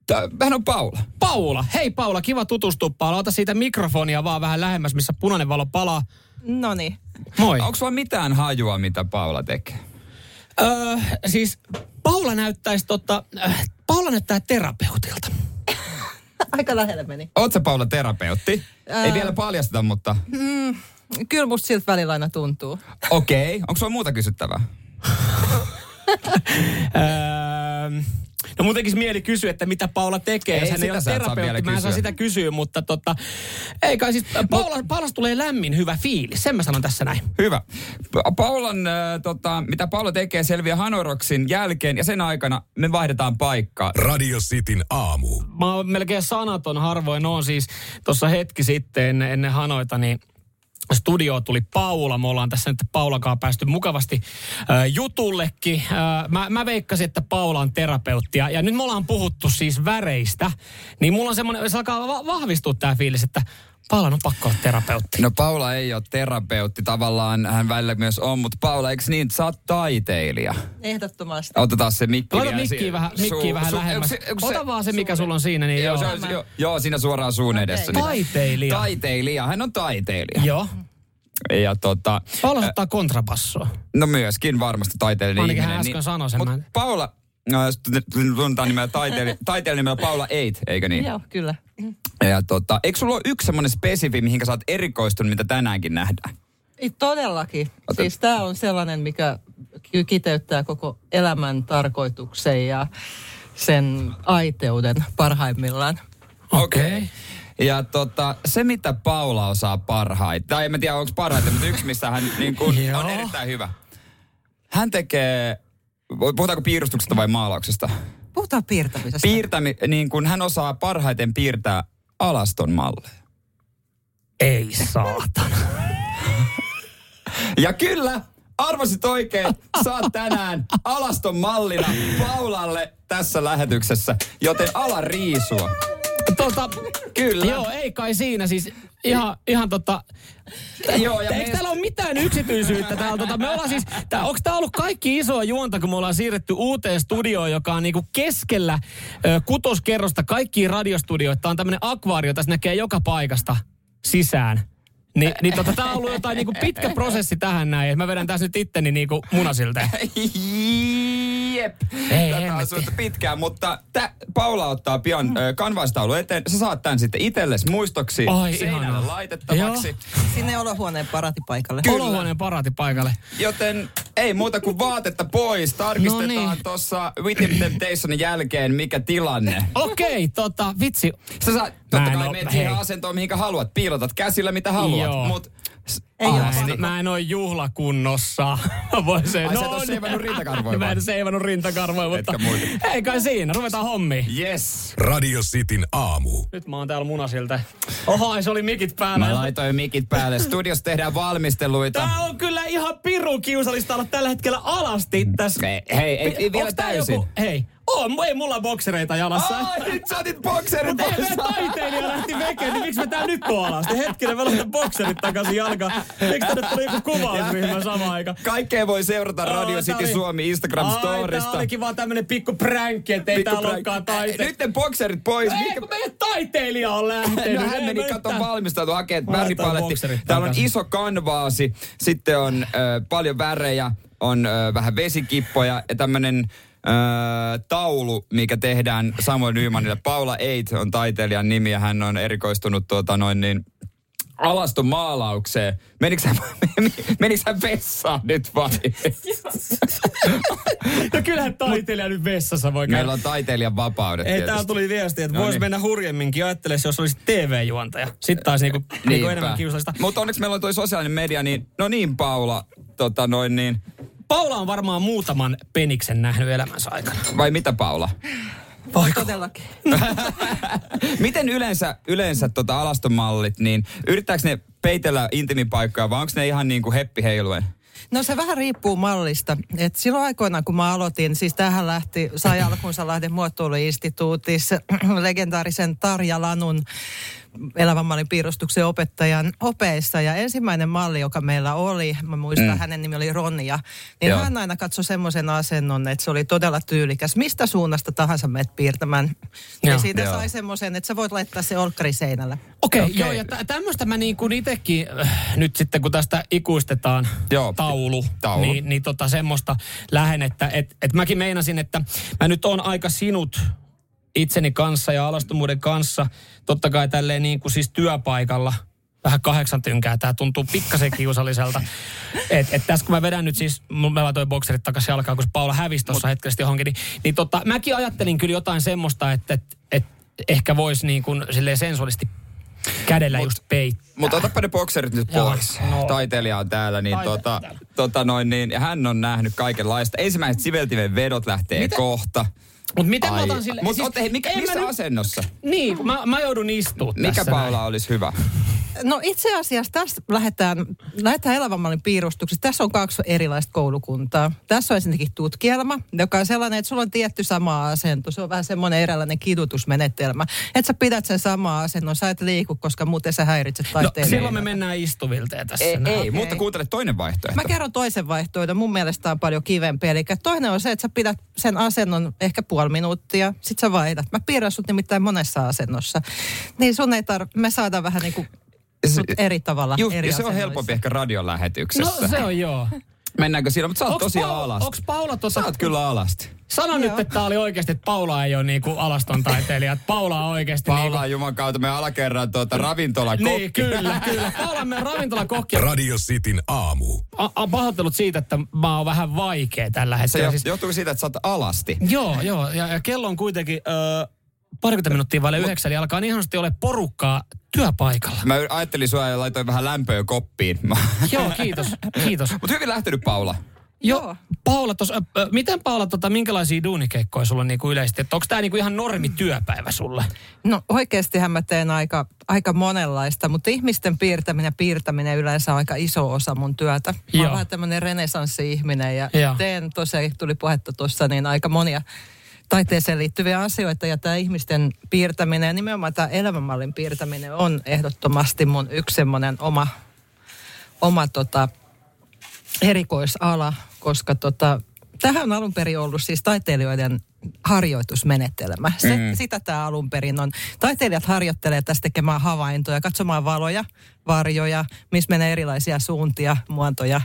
tää- hän on Paula. Paula. Hei Paula, kiva tutustua Paula. Ota siitä mikrofonia vaan vähän lähemmäs, missä punainen valo palaa. No niin. Moi. Onko sulla mitään hajua, mitä Paula tekee? Öö, siis Paula näyttäisi tota, äh, Paula näyttää terapeutilta. Aika lähellä meni. Oot sä Paula terapeutti? Ei vielä paljasteta, mutta Kyllä musta siltä välillä aina tuntuu. okei. Okay. Onko sulla muuta kysyttävää? Öö, no mun tekisi mieli kysyä, että mitä Paula tekee. Ei, Hän ei sitä ole sä et saa vielä terapeutti, mä en saa kysyä. sitä kysyä, mutta tota, ei kai siis, äh, Paula, Paulasta tulee lämmin hyvä fiilis, sen mä sanon tässä näin. Hyvä. Pa- Paulan, äh, tota, mitä Paula tekee, selviää Hanoroksin jälkeen ja sen aikana me vaihdetaan paikkaa. Radio Cityn aamu. mä oon melkein sanaton harvoin on siis tuossa hetki sitten ennen, ennen Hanoita, niin Studio tuli Paula. Me ollaan tässä nyt Paulakaan päästy mukavasti äh, jutullekin. Äh, mä, mä veikkasin, että Paula on terapeuttia. Ja nyt me ollaan puhuttu siis väreistä. Niin mulla on semmoinen, se alkaa va- vahvistua tämä fiilis, että Paula on pakko olla terapeutti. No Paula ei ole terapeutti, tavallaan hän välillä myös on, mutta Paula, eikö niin, sä oot taiteilija? Ehdottomasti. Otetaan se mikki Laita vielä mikkiä siihen. vähän, mikkiä Suu- vähän suu- lähemmäs. onko se- onko Ota vaan se, mikä sulla on siinä. Niin Joo, joo. se on, joo, joo, siinä suaan suun edessä. Okei. Niin. Taiteilija. Taiteilija, hän on taiteilija. Joo. Ja tota, Paula ottaa kontrabassoa. no myöskin varmasti taiteellinen Ainakin hän ihminen. niin- äsken sanoi sen, mut mä en- Paula, no, tunnetaan nimellä taiteilija, taiteilijan nimellä Paula Eight, eikö niin? Joo, kyllä. Ja tota, eikö sulla ole yksi semmoinen spesifi, mihinkä sä oot erikoistunut, mitä tänäänkin nähdään? Ei, todellakin. Siis tämä on sellainen, mikä ky- kiteyttää koko elämän tarkoituksen ja sen aiteuden parhaimmillaan. Okei. Ja tota, se, mitä Paula osaa parhaiten, tai en mä tiedä, onko parhaiten, mutta yksi, missä hän niin kun, Joo. on erittäin hyvä. Hän tekee, puhutaanko piirustuksesta vai maalauksesta? Puhutaan piirtämisestä. Piirtämi, niin kun hän osaa parhaiten piirtää alaston malleja. Ei saatana. Ja kyllä, arvasit oikein, saat tänään alaston mallina Paulalle tässä lähetyksessä, joten ala riisua. tota, Kyllä. Joo, ei kai siinä siis ihan, ihan tota... Joo, ja Eikö meistä... täällä ole mitään yksityisyyttä täällä? Tota, me ollaan siis, tää, onko tää ollut kaikki isoa juonta, kun me ollaan siirretty uuteen studioon, joka on niinku keskellä ö, kutoskerrosta kaikkiin radiostudioita. Tää on tämmönen akvaario, tässä näkee joka paikasta sisään. Ni, niin tota, tää on ollut jotain niinku pitkä prosessi tähän näin, että mä vedän tässä nyt itteni niinku munasilta. Jep. Ei, Tätä on hemmetti. suhta pitkään, mutta tä, Paula ottaa pian ö, kanvastaulu eteen. Sä saat tämän sitten itsellesi muistoksi Ai, seinälle ihanaa. laitettavaksi. Sinne olohuoneen paratipaikalle. Olohuoneen paraati paikalle. Joten ei muuta kuin vaatetta pois. Tarkistetaan No niin. tuossa Witty Temptationin jälkeen, mikä tilanne. Okei, tota, vitsi. Sä saat, Mä totta en kai oo- meet hei. siihen asentoon, mihinkä haluat. Piilotat käsillä, mitä Joo. haluat. Mut, Ei oo asti. pakko. Mä en ole juhlakunnossa. Voi se, No, Ai, sä et oo seivannut rintakarvoja Mä en vaan. seivannut rintakarvoja, mutta Etkä muita. ei kai siinä. Ruvetaan hommiin. Yes. Radio Cityn aamu. Nyt mä oon täällä munasilta. Oho, se oli mikit päällä. Mä laitoin mikit päälle. Studiossa tehdään valmisteluita. Tää on kyllä ihan pirun kiusallista olla tällä hetkellä alasti tässä. Hei, hei, ei, ei vielä Onks tää täysin. Joku, hei, on, ei mulla boksereita jalassa. Ai, nyt sä otit bokserit Mutta ei meidän taiteilija lähti vekeen, niin miksi me tää nyt on alasti? Hetkinen, mä laitan bokserit takaisin jalkaan. Miksi tänne tuli joku kuvausryhmä samaan aikaan? Kaikkea voi seurata Radio Ai, tää City oli- Suomi Ai, tää Instagram-storista. olikin vaan tämmönen pikku pränkki, ettei Pikku tää prank. ollutkaan taite. Nyt ne bokserit pois. ei, Mikä- kun meidän taiteilija on lähtenyt. No hän Ei meni, me kato yhtään- valmistautu hakemaan Mä laitan väripaletti. bokserit Täällä on takaisin. iso kanvaasi, sitten on ö, paljon värejä, on ö, vähän vesikippoja ja tämmönen ö, taulu, mikä tehdään Samuel Nymanille. Paula Eit on taiteilijan nimi ja hän on erikoistunut tuota noin niin alastomaalaukseen. Menikö hän, menikö hän vessaan nyt vai? No kyllähän taiteilija nyt vessassa voi käydä. Meillä on taiteilijan vapaudet Ei, tietysti. täällä tuli viesti, että No voisi niin. mennä hurjemminkin ajattelemaan, jos olisi TV-juontaja. Sitten taas niinku, niinku enemmän kiusallista. Mutta onneksi meillä on toi sosiaalinen media, niin no niin Paula, tota noin niin, Paula on varmaan muutaman peniksen nähnyt elämänsä aikana. No. vai mitä Paula? Voiko? Todellakin. Miten yleensä, yleensä tota alastomallit, niin yrittääkö ne peitellä intimipaikkoja vai onko ne ihan niin kuin heppi heiluen? No se vähän riippuu mallista. Et silloin aikoinaan, kun mä aloitin, siis tähän lähti, sai alkunsa Lahden muotoiluinstituutissa legendaarisen Tarja Lanun elävänmallin piirustuksen opettajan opeissa. Ja ensimmäinen malli, joka meillä oli, mä muistan, mm. hänen nimi oli Ronja, niin Joo. Joo. hän aina katsoi semmoisen asennon, että se oli todella tyylikäs. Mistä suunnasta tahansa menet piirtämään. Joo. Ja siitä Joo. sai semmoisen, että sä voit laittaa se olkkari seinällä. Okei, okay, okay. joo, ja tä- tämmöistä mä niin kuin itekin, äh, nyt sitten kun tästä ikuistetaan Joo, taulu, taulu. niin, niin tota semmoista lähennettä, että et mäkin meinasin, että mä nyt on aika sinut itseni kanssa ja alastomuuden kanssa, totta kai tälleen niin kuin siis työpaikalla, vähän kahdeksan tynkää, tää tuntuu pikkasen kiusalliselta. Et, et tässä kun mä vedän nyt siis, mun- mä laitoin bokserit takaisin jalkaan, kun se Paula hävisi tuossa hetkellisesti johonkin, niin, niin tota, mäkin ajattelin kyllä jotain semmoista, että et, et ehkä voisi niin kuin silleen sensuaalisti kädellä mut, just peittää. Mutta otapa ne bokserit nyt Äh. Joo, pois. no. Taiteilija on täällä, niin, Taiteilija tota, täällä. tota noin, niin ja hän on nähnyt kaikenlaista. Ensimmäiset siveltimen vedot lähtee Mitä? kohta. Mutta miten mä Ai- otan sille... Siis Mut otte- hei, mikä, en mä missä nyt- asennossa? Niin, mä, mä joudun istumaan Mikä tässä Paula olisi hyvä? No itse asiassa tässä lähdetään, lähdetään elävänmallin piirustuksesta. Tässä on kaksi erilaista koulukuntaa. Tässä on ensinnäkin tutkielma, joka on sellainen, että sulla on tietty sama asento. Se on vähän semmoinen eräänlainen kidutusmenetelmä. Että sä pidät sen sama asennon, sä et liiku, koska muuten sä häiritset No, taiteilijaa. silloin me mennään istuvilteen tässä. Ei, näin. ei Okei. mutta kuuntele toinen vaihtoehto. Mä kerron toisen vaihtoehdon. Mun mielestä tää on paljon kivempi. Eli toinen on se, että sä pidät sen asennon ehkä puoli minuuttia, sit sä vaihdat. Mä piirrän sut nimittäin monessa asennossa. Niin sun ei tar- me saadaan vähän niinku sut eri tavalla Juh, eri ja se on asennoissa. helpompi ehkä radiolähetyksessä. No se on joo. Mennäänkö siinä? Mutta sä oot Onks tosiaan Paula- alasti. onks Paula tota- Sä oot kyllä alasti. Sano Joo. nyt, että tää oli oikeasti, että Paula ei ole niinku alaston taiteilija. että Paula on oikeasti Paula on juman kautta me alakerran tuota ravintola niinku... Niin, kyllä, kyllä. Paula on meidän ravintolakokki. Radio Cityn aamu. A- a- pahoittelut siitä, että mä oon vähän vaikea tällä Se hetkellä. Siis- jo- johtuuko siitä, että sä oot alasti? Joo, joo. Ja, ja kello on kuitenkin ö, parikymmentä minuuttia vaille yhdeksän, eli alkaa niin ihanasti ole porukkaa työpaikalla. Mä y- ajattelin sua ja laitoin vähän lämpöä koppiin. Joo, kiitos, kiitos. Mutta hyvin lähtenyt Paula. Joo. Paula, tos, ö, ö, miten Paula, tota, minkälaisia duunikeikkoja sulla on niinku yleisesti? Onko tämä niinku ihan normityöpäivä sulle? No oikeastihän mä teen aika, aika monenlaista, mutta ihmisten piirtäminen ja piirtäminen yleensä on aika iso osa mun työtä. Mä Joo. oon vähän tämmöinen renesanssi-ihminen ja Joo. teen tosiaan, tuli puhetta tuossa, niin aika monia taiteeseen liittyviä asioita ja tämä ihmisten piirtäminen ja nimenomaan tämä elämänmallin piirtäminen on ehdottomasti mun yksi semmoinen oma, oma tota, erikoisala, koska tota, tähän on alun perin ollut siis taiteilijoiden harjoitusmenetelmä. Se, mm. Sitä tämä alun perin on. Taiteilijat harjoittelee tästä tekemään havaintoja, katsomaan valoja, varjoja, missä menee erilaisia suuntia, muotoja.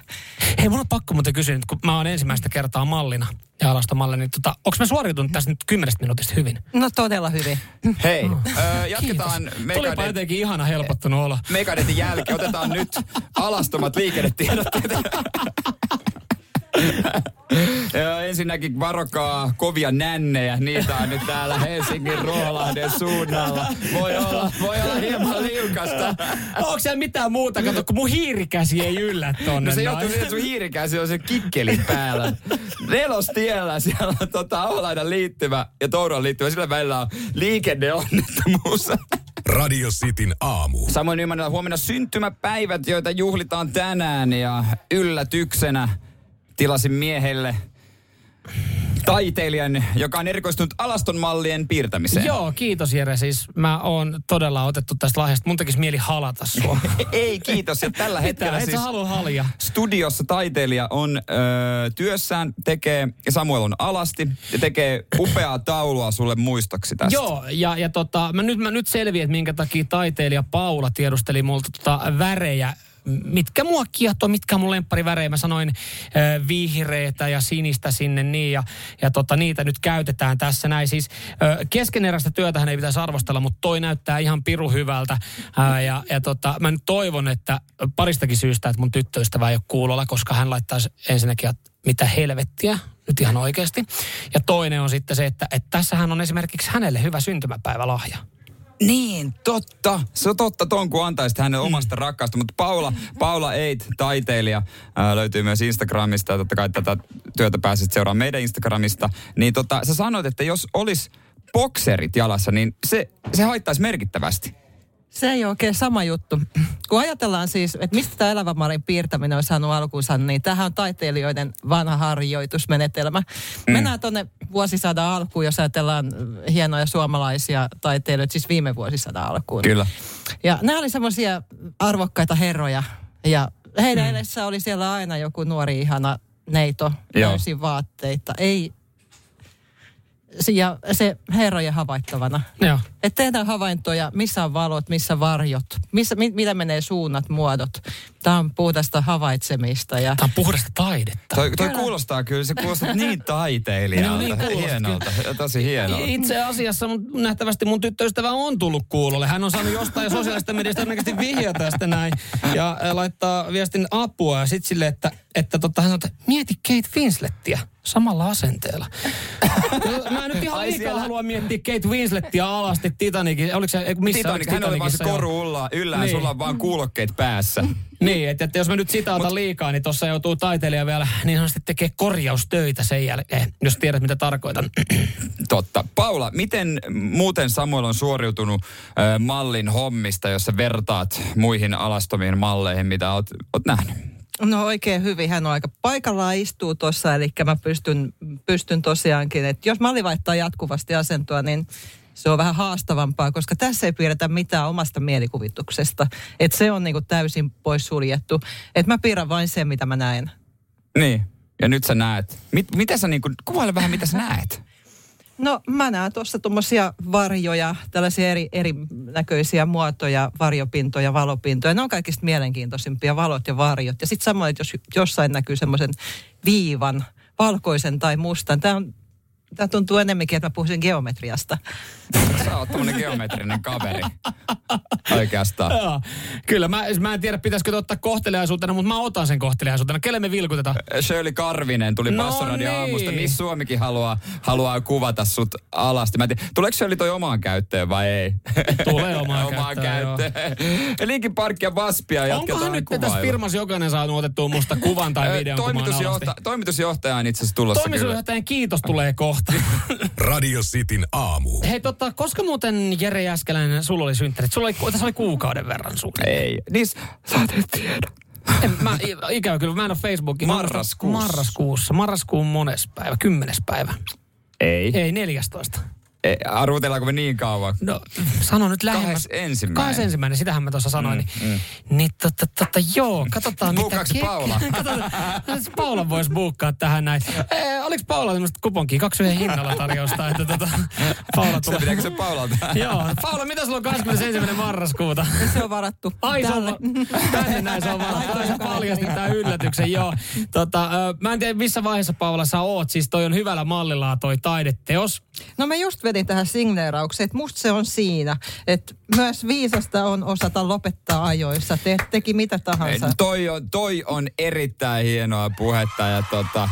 Hei, mun on pakko muuten kysyä nyt, kun mä oon ensimmäistä kertaa mallina ja alastomalla, niin tota, onko mä suoriutunut tästä nyt kymmenestä minuutista hyvin? No todella hyvin. Hei, öö, jatketaan Tulipa Megadeth- jotenkin ihana helpottunut olo. Megadetin jälkeen. Otetaan nyt alastomat liikennetiedot. Joo, Ensinnäkin varokaa kovia nännejä, niitä on nyt täällä Helsingin Ruoholahden suunnalla. Voi olla, voi olla hieman liukasta. Onko siellä mitään muuta? Kato, kun mun hiirikäsi ei yllä tonne. No se noin. johtuu siitä, että sun hiirikäsi on se kikkeli päällä. Nelostiellä siellä on tota Aulaidan liittymä ja Touran liittymä. Sillä välillä on liikenneonnettomuus. Radio Cityn aamu. Samoin Nymanilla huomenna syntymäpäivät, joita juhlitaan tänään ja yllätyksenä tilasin miehelle taiteilijan, joka on erikoistunut alastonmallien piirtämiseen. Joo, kiitos Jere. Siis mä oon todella otettu tästä lahjasta. Mun tekisi mieli halata sua. Ei kiitos. Ja tällä hetkellä Mitä? Et sä siis halua halja? studiossa taiteilija on ö, työssään, tekee, ja Samuel on alasti, ja tekee upeaa taulua sulle muistoksi tästä. Joo, ja, ja tota, mä nyt, mä nyt selviän, että minkä takia taiteilija Paula tiedusteli multa tota värejä. Mitkä mua kiehtoo, mitkä on mun lemppari Mä sanoin äh, vihreätä ja sinistä sinne niin, ja, ja tota, niitä nyt käytetään tässä näin. Siis äh, keskeneräistä työtähän ei pitäisi arvostella, mutta toi näyttää ihan piru hyvältä. Äh, ja ja tota, mä nyt toivon, että paristakin syystä, että mun tyttöystävä ei ole kuulolla, koska hän laittaisi ensinnäkin, että mitä helvettiä, nyt ihan oikeasti. Ja toinen on sitten se, että, että tässähän on esimerkiksi hänelle hyvä syntymäpäivälahja. Niin, totta. Se on totta ton, kun antaisit Mm. hänelle omasta rakkaasta. Mutta Paula, Paula Eit, taiteilija, ää, löytyy myös Instagramista. Ja totta kai tätä työtä pääset seuraamaan meidän Instagramista. Niin tota, sä sanoit, että jos olisi bokserit jalassa, niin se, se haittaisi merkittävästi. Se ei ole oikein sama juttu. Kun ajatellaan siis, että mistä tämä elävänmallin piirtäminen on saanut alkuunsa, niin tämähän on taiteilijoiden vanha harjoitusmenetelmä. Mm. Mennään tuonne vuosisadan alkuun, jos ajatellaan äh, hienoja suomalaisia taiteilijoita, siis viime vuosisadan alkuun. Kyllä. Ja nämä oli semmoisia arvokkaita herroja. Ja heidän mm. edessä oli siellä aina joku nuori ihana neito, Joo. täysin vaatteita. Ei, se- ja se herrojen havaittavana. Joo. Et tehdään havaintoja, missä on valot, missä varjot, missä, mi, mitä menee suunnat, muodot. Tämä on puhdasta havaitsemista. Ja, Tämä on puhdasta taidetta. Toi, toi kuulostaa kyllä, se kuulostaa niin taiteilijalta. No niin, kuulosti hienolta, tosi hienolta. Itse asiassa mun, nähtävästi mun tyttöystävä on tullut kuulolle. Hän on saanut jostain sosiaalista mediasta todennäköisesti vihjeä tästä näin. Ja äh, laittaa viestin apua ja sitten sille, että, että totta, hän sanoo, että mieti Kate Winslettiä samalla asenteella. No, Mä en nyt ihan Ai liikaa siellä- halua miettiä Kate Winslettiä alasti Titanikin. Oliko se, ei, kun missä Titanic, oliko hän oli vaan niinku Titanicissa, se joo? koru ulla, yllään, Niin. niin. sulla on vaan kuulokkeet päässä. Niin, että, että jos mä nyt sitaatan Mut, liikaa, niin tuossa joutuu taiteilija vielä niin sanotusti tekee korjaustöitä sen jälkeen, jos tiedät mitä tarkoitan. Totta. Paula, miten muuten Samuel on suoriutunut ö, mallin hommista, jos sä vertaat muihin alastomiin malleihin, mitä oot, oot nähnyt? no oikein hyvin, hän on aika paikallaan istuu tuossa, eli mä pystyn, pystyn tosiaankin, että jos malli vaihtaa jatkuvasti asentoa, niin se on vähän haastavampaa, koska tässä ei piirretä mitään omasta mielikuvituksesta. Et se on niinku täysin pois suljettu. Et mä piirrän vain sen, mitä mä näen. Niin. Ja nyt sä näet. Mit, mitä sä niinku, kuvaile vähän mitä sä näet. No mä näen tuossa tuommoisia varjoja, tällaisia eri, eri näköisiä muotoja, varjopintoja, valopintoja. Ne on kaikista mielenkiintoisimpia, valot ja varjot. Ja sitten samoin, että jos jossain näkyy semmoisen viivan, valkoisen tai mustan. Tämä on Tämä tuntuu enemmänkin, että mä puhuisin geometriasta. Sä oot tämmönen geometrinen kaveri. Oikeastaan. Joo. Kyllä, mä, mä en tiedä pitäisikö ottaa kohteliaisuutena, mutta mä otan sen kohteliaisuutena. Kelle me vilkutetaan? Shirley Karvinen tuli No Passoradio niin. aamusta. Miss Suomikin haluaa, haluaa kuvata sut alasti. Mä en tiedä, tuleeko Shirley toi omaan käyttöön vai ei? Tulee omaan käyttöön, joo. käyttöön. Linkinpark ja Vaspia jatketaan Onkohan nyt tässä kuvailua. firmassa jokainen saanut otettua musta kuvan tai Ö, videon, kun mä oon Toimitusjohtaja, alasti? toimitusjohtaja on itse asiassa tulossa kyllä. Toimitusjohtajan kiitos tulee kohta. Radio Cityn aamu. Hei totta, koska muuten Jere Jäskeläinen, sulla oli synttärit? Sulla oli, tässä oli kuukauden verran sun. Ei, niin s- sä et edes tiedä. En, mä, ikävä kyllä, mä en ole Facebookin. Marraskuussa. Marraskuussa. Marraskuun mones päivä, kymmenes päivä. Ei. Ei 14. E, arvotellaanko me niin kauan? No, sano nyt lähemmä. Kahdes ensimmäinen. Kahdes ensimmäinen, sitähän mä tuossa sanoin. Mm, niin, mm. niin totta, totta, joo, katsotaan mitä... Buukaaks Paula? katsotaan, Paula voisi buukkaa tähän näin. E, oliko Paula semmoista kuponkia kaksi yhden hinnalla tarjousta, että tota, Paula Se tulee. pitääkö se Paulalta? Joo. Paula, mitä sulla on 21. marraskuuta? Se on varattu. Ai se on, Tälle. va- tänne näin se on varattu. Ai, sä paljastit tämän yllätyksen, joo. Tota, ö, mä en tiedä missä vaiheessa Paula sä oot. Siis toi on hyvällä mallillaan toi taideteos. No mä just vedin tähän signeeraukseen, että musta se on siinä, että myös viisasta on osata lopettaa ajoissa, te, teki mitä tahansa. Ei, Toi on, toi on erittäin hienoa puhetta ja tota,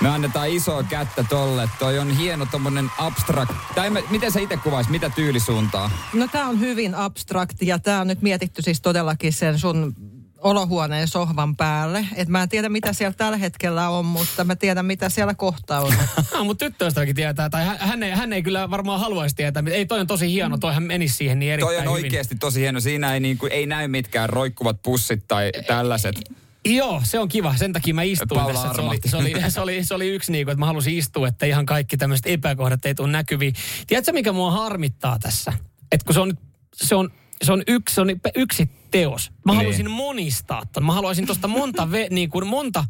me annetaan isoa kättä tolle. Toi on hieno tommonen abstrakt... Tai mä, miten sä itse kuvaisit, mitä tyylisuuntaa? No tämä on hyvin abstrakti ja tämä on nyt mietitty siis todellakin sen sun olohuoneen sohvan päälle. Et mä en tiedä, mitä siellä tällä hetkellä on, mutta mä tiedän, mitä siellä kohta on. Mutta tyttöystäväkin tietää, tai hän- hän ei, hän ei kyllä varmaan haluaisi tietää. mutta Ei, toi on tosi hieno, toihan menisi siihen niin Toi erittäin on oikeasti tosi hieno. Siinä ei, niinku, ei näy mitkään roikkuvat pussit tai tällaiset. hyvin. Joo, se on kiva. Sen takia mä istuin Paula tässä. että Se oli, armahti. se, oli, se, oli, se oli yksi niinku, että mä halusin istua, että ihan kaikki tämmöiset epäkohdat ei tule näkyviin. Tiedätkö, mikä mua harmittaa tässä? Että kun se on, se on, se on, yksi, se on yksi teos. Mä Niin. haluaisin monistaa ton. Mä haluaisin tuosta monta, ve, niin kuin monta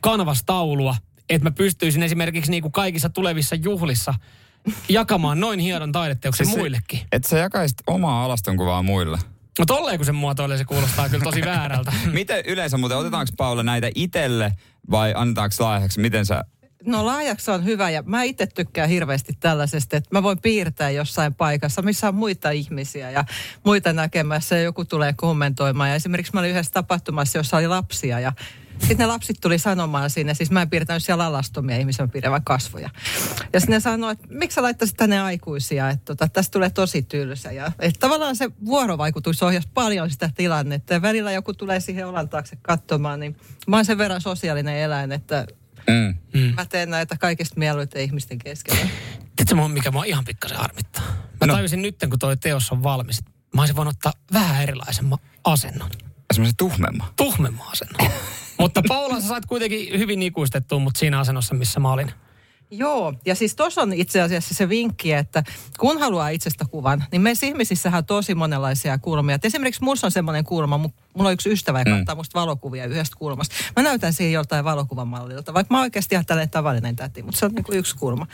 kanavastaulua, että mä pystyisin esimerkiksi niin kuin kaikissa tulevissa juhlissa jakamaan noin hienon taideteoksen Siis se- muillekin. Et sä jakaisit omaa alastonkuvaa muille. No tolleen kun sen muotoilee, se kuulostaa kyllä tosi väärältä. Miten yleensä muuten, otetaanko Paula näitä itelle vai annetaanko lahjaksi? Miten sä... No laajaksi on hyvä ja mä itse tykkään hirveästi tällaisesta, että mä voin piirtää jossain paikassa, missä on muita ihmisiä ja muita näkemässä ja joku tulee kommentoimaan. Ja esimerkiksi mä olin yhdessä tapahtumassa, jossa oli lapsia ja sitten ne lapsit tuli sanomaan sinne, siis mä en piirtänyt siellä alastomia ihmisiä, mä piirrän vaan kasvoja. Ja sitten ne sanoi, että miksi sä laittaisit tänne aikuisia, että tota, tästä tulee tosi tylsä. Ja, että tavallaan se vuorovaikutus ohjasi paljon sitä tilannetta ja välillä joku tulee siihen olan taakse katsomaan, niin mä oon sen verran sosiaalinen eläin, että Mm. Mm. Mä teen näitä kaikista mieluiten ihmisten keskellä. Tiedätkö, mua, mikä mua ihan pikkasen harmittaa? Mä no. tajusin nyt, kun toi teos on valmis, että mä olisin voinut ottaa vähän erilaisemman asennon. Semmoisen tuhmemman. Tuhmemman asennon. mutta Paula, sä sait kuitenkin hyvin ikuistettua mut siinä asennossa, missä mä olin. Joo, ja siis tuossa on itse asiassa se vinkki, että kun haluaa itsestä kuvan, niin meissä ihmisissähän on tosi monenlaisia kulmia. Et esimerkiksi mulla on semmoinen kulma, mu- mulla on yksi ystävä, joka ottaa musta valokuvia yhdestä kulmasta. Mä näytän siihen joltain valokuvamallilta, vaikka mä oikeasti ihan tällainen tavallinen täti, mutta se on niinku yksi kulma.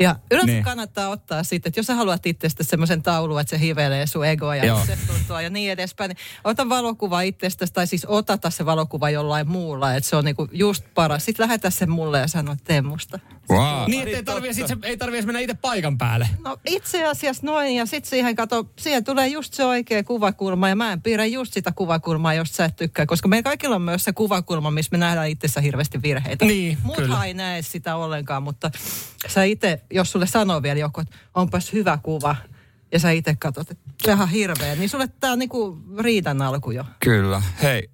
Ja yleensä Niin. niin. kannattaa ottaa siitä, että jos sä haluat itsestä semmoisen taulun, että se hivelee sun egoa ja Joo. itsetuntoa ja niin edespäin, niin ota valokuva itsestäsi tai siis otata se valokuva jollain muulla, että se on niinku just paras. Sitten lähetä se mulle ja sano, että tee musta. Wow. Niin, että ei tarvi, edes itse, ei tarvi edes mennä itse paikan päälle. No itse asiassa noin, ja sitten siihen kato, siihen tulee just se oikea kuvakulma, ja mä en piirrä just sitä kuvakulmaa, jos sä et tykkää, koska meillä kaikilla on myös se kuvakulma, missä me nähdään itsessä hirveästi virheitä. Niin, Muuthan kyllä. ei näe sitä ollenkaan, mutta sä itse, jos sulle sanoo vielä joku, että onpas hyvä kuva, ja sä itse katsot, että sehän on hirveä, niin sulle tää on niinku riidan alku jo. Kyllä. Hei,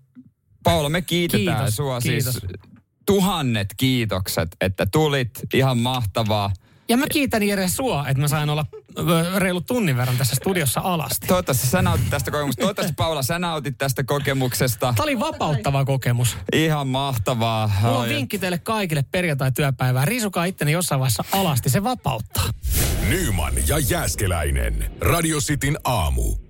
Paula, me kiitetään Kiitos, sua kiitos. siis tuhannet kiitokset, että tulit. Ihan mahtavaa. Ja mä kiitän Jere sua, että mä sain olla ö, reilu tunnin verran tässä studiossa alasti. Toivottavasti sä nautit tästä kokemuksesta. Toivottavasti Paula, sä nautit tästä kokemuksesta. Tämä oli vapauttava kokemus. Ihan mahtavaa. Mulla on Oi. vinkki teille kaikille perjantai-työpäivää. Risukaa itteni jossain vaiheessa alasti, se vapauttaa. Nyman ja Jääskeläinen. Radio Cityn aamu.